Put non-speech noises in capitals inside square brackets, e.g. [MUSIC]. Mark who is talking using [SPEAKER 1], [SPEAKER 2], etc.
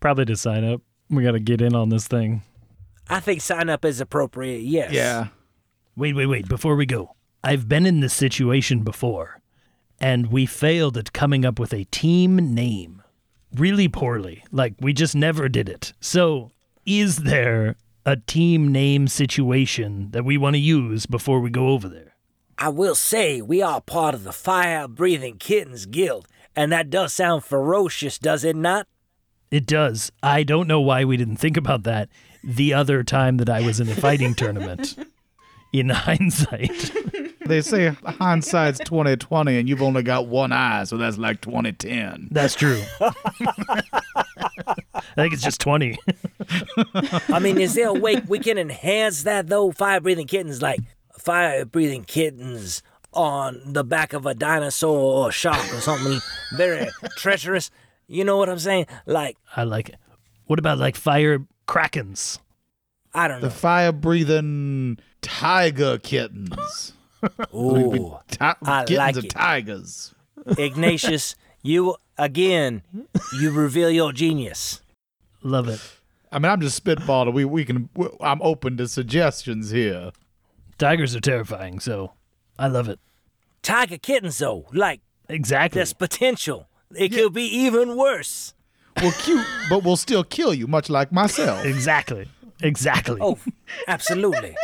[SPEAKER 1] Probably to sign up. We got to get in on this thing.
[SPEAKER 2] I think sign up is appropriate. Yes.
[SPEAKER 3] Yeah.
[SPEAKER 4] Wait, wait, wait. Before we go, I've been in this situation before, and we failed at coming up with a team name really poorly. Like, we just never did it. So, is there a team name situation that we want to use before we go over there?
[SPEAKER 2] I will say we are part of the Fire Breathing Kittens Guild, and that does sound ferocious, does it not?
[SPEAKER 4] It does. I don't know why we didn't think about that the other time that I was in a
[SPEAKER 1] [LAUGHS]
[SPEAKER 4] fighting tournament. In hindsight,
[SPEAKER 3] They say hindsight's twenty twenty, and you've only got one eye, so that's like twenty ten.
[SPEAKER 4] that's true. I think it's just 20.
[SPEAKER 2] I mean, is there a way we can enhance that though? Fire breathing kittens, like fire breathing kittens on the back of a dinosaur or a shark or something very treacherous. You know what I'm saying? Like,
[SPEAKER 4] I like it. What about like fire krakens?
[SPEAKER 2] I don't
[SPEAKER 3] The
[SPEAKER 2] know.
[SPEAKER 3] fire breathing tiger kittens.
[SPEAKER 2] Ooh,
[SPEAKER 3] Ti-
[SPEAKER 2] I
[SPEAKER 3] kittens
[SPEAKER 2] like
[SPEAKER 3] of
[SPEAKER 2] it.
[SPEAKER 3] tigers.
[SPEAKER 2] Ignatius, you again, you reveal your genius.
[SPEAKER 4] Love it.
[SPEAKER 3] I mean, I'm just spitballing. We we can. w I'm open to suggestions here.
[SPEAKER 4] Tigers are terrifying, so I love it.
[SPEAKER 2] Tiger kittens, though, like,
[SPEAKER 4] Exactly.
[SPEAKER 2] there's potential. It could be even worse.
[SPEAKER 3] We're cute, but we'll still kill you, much like myself.
[SPEAKER 4] Exactly. Exactly.
[SPEAKER 2] Oh, absolutely.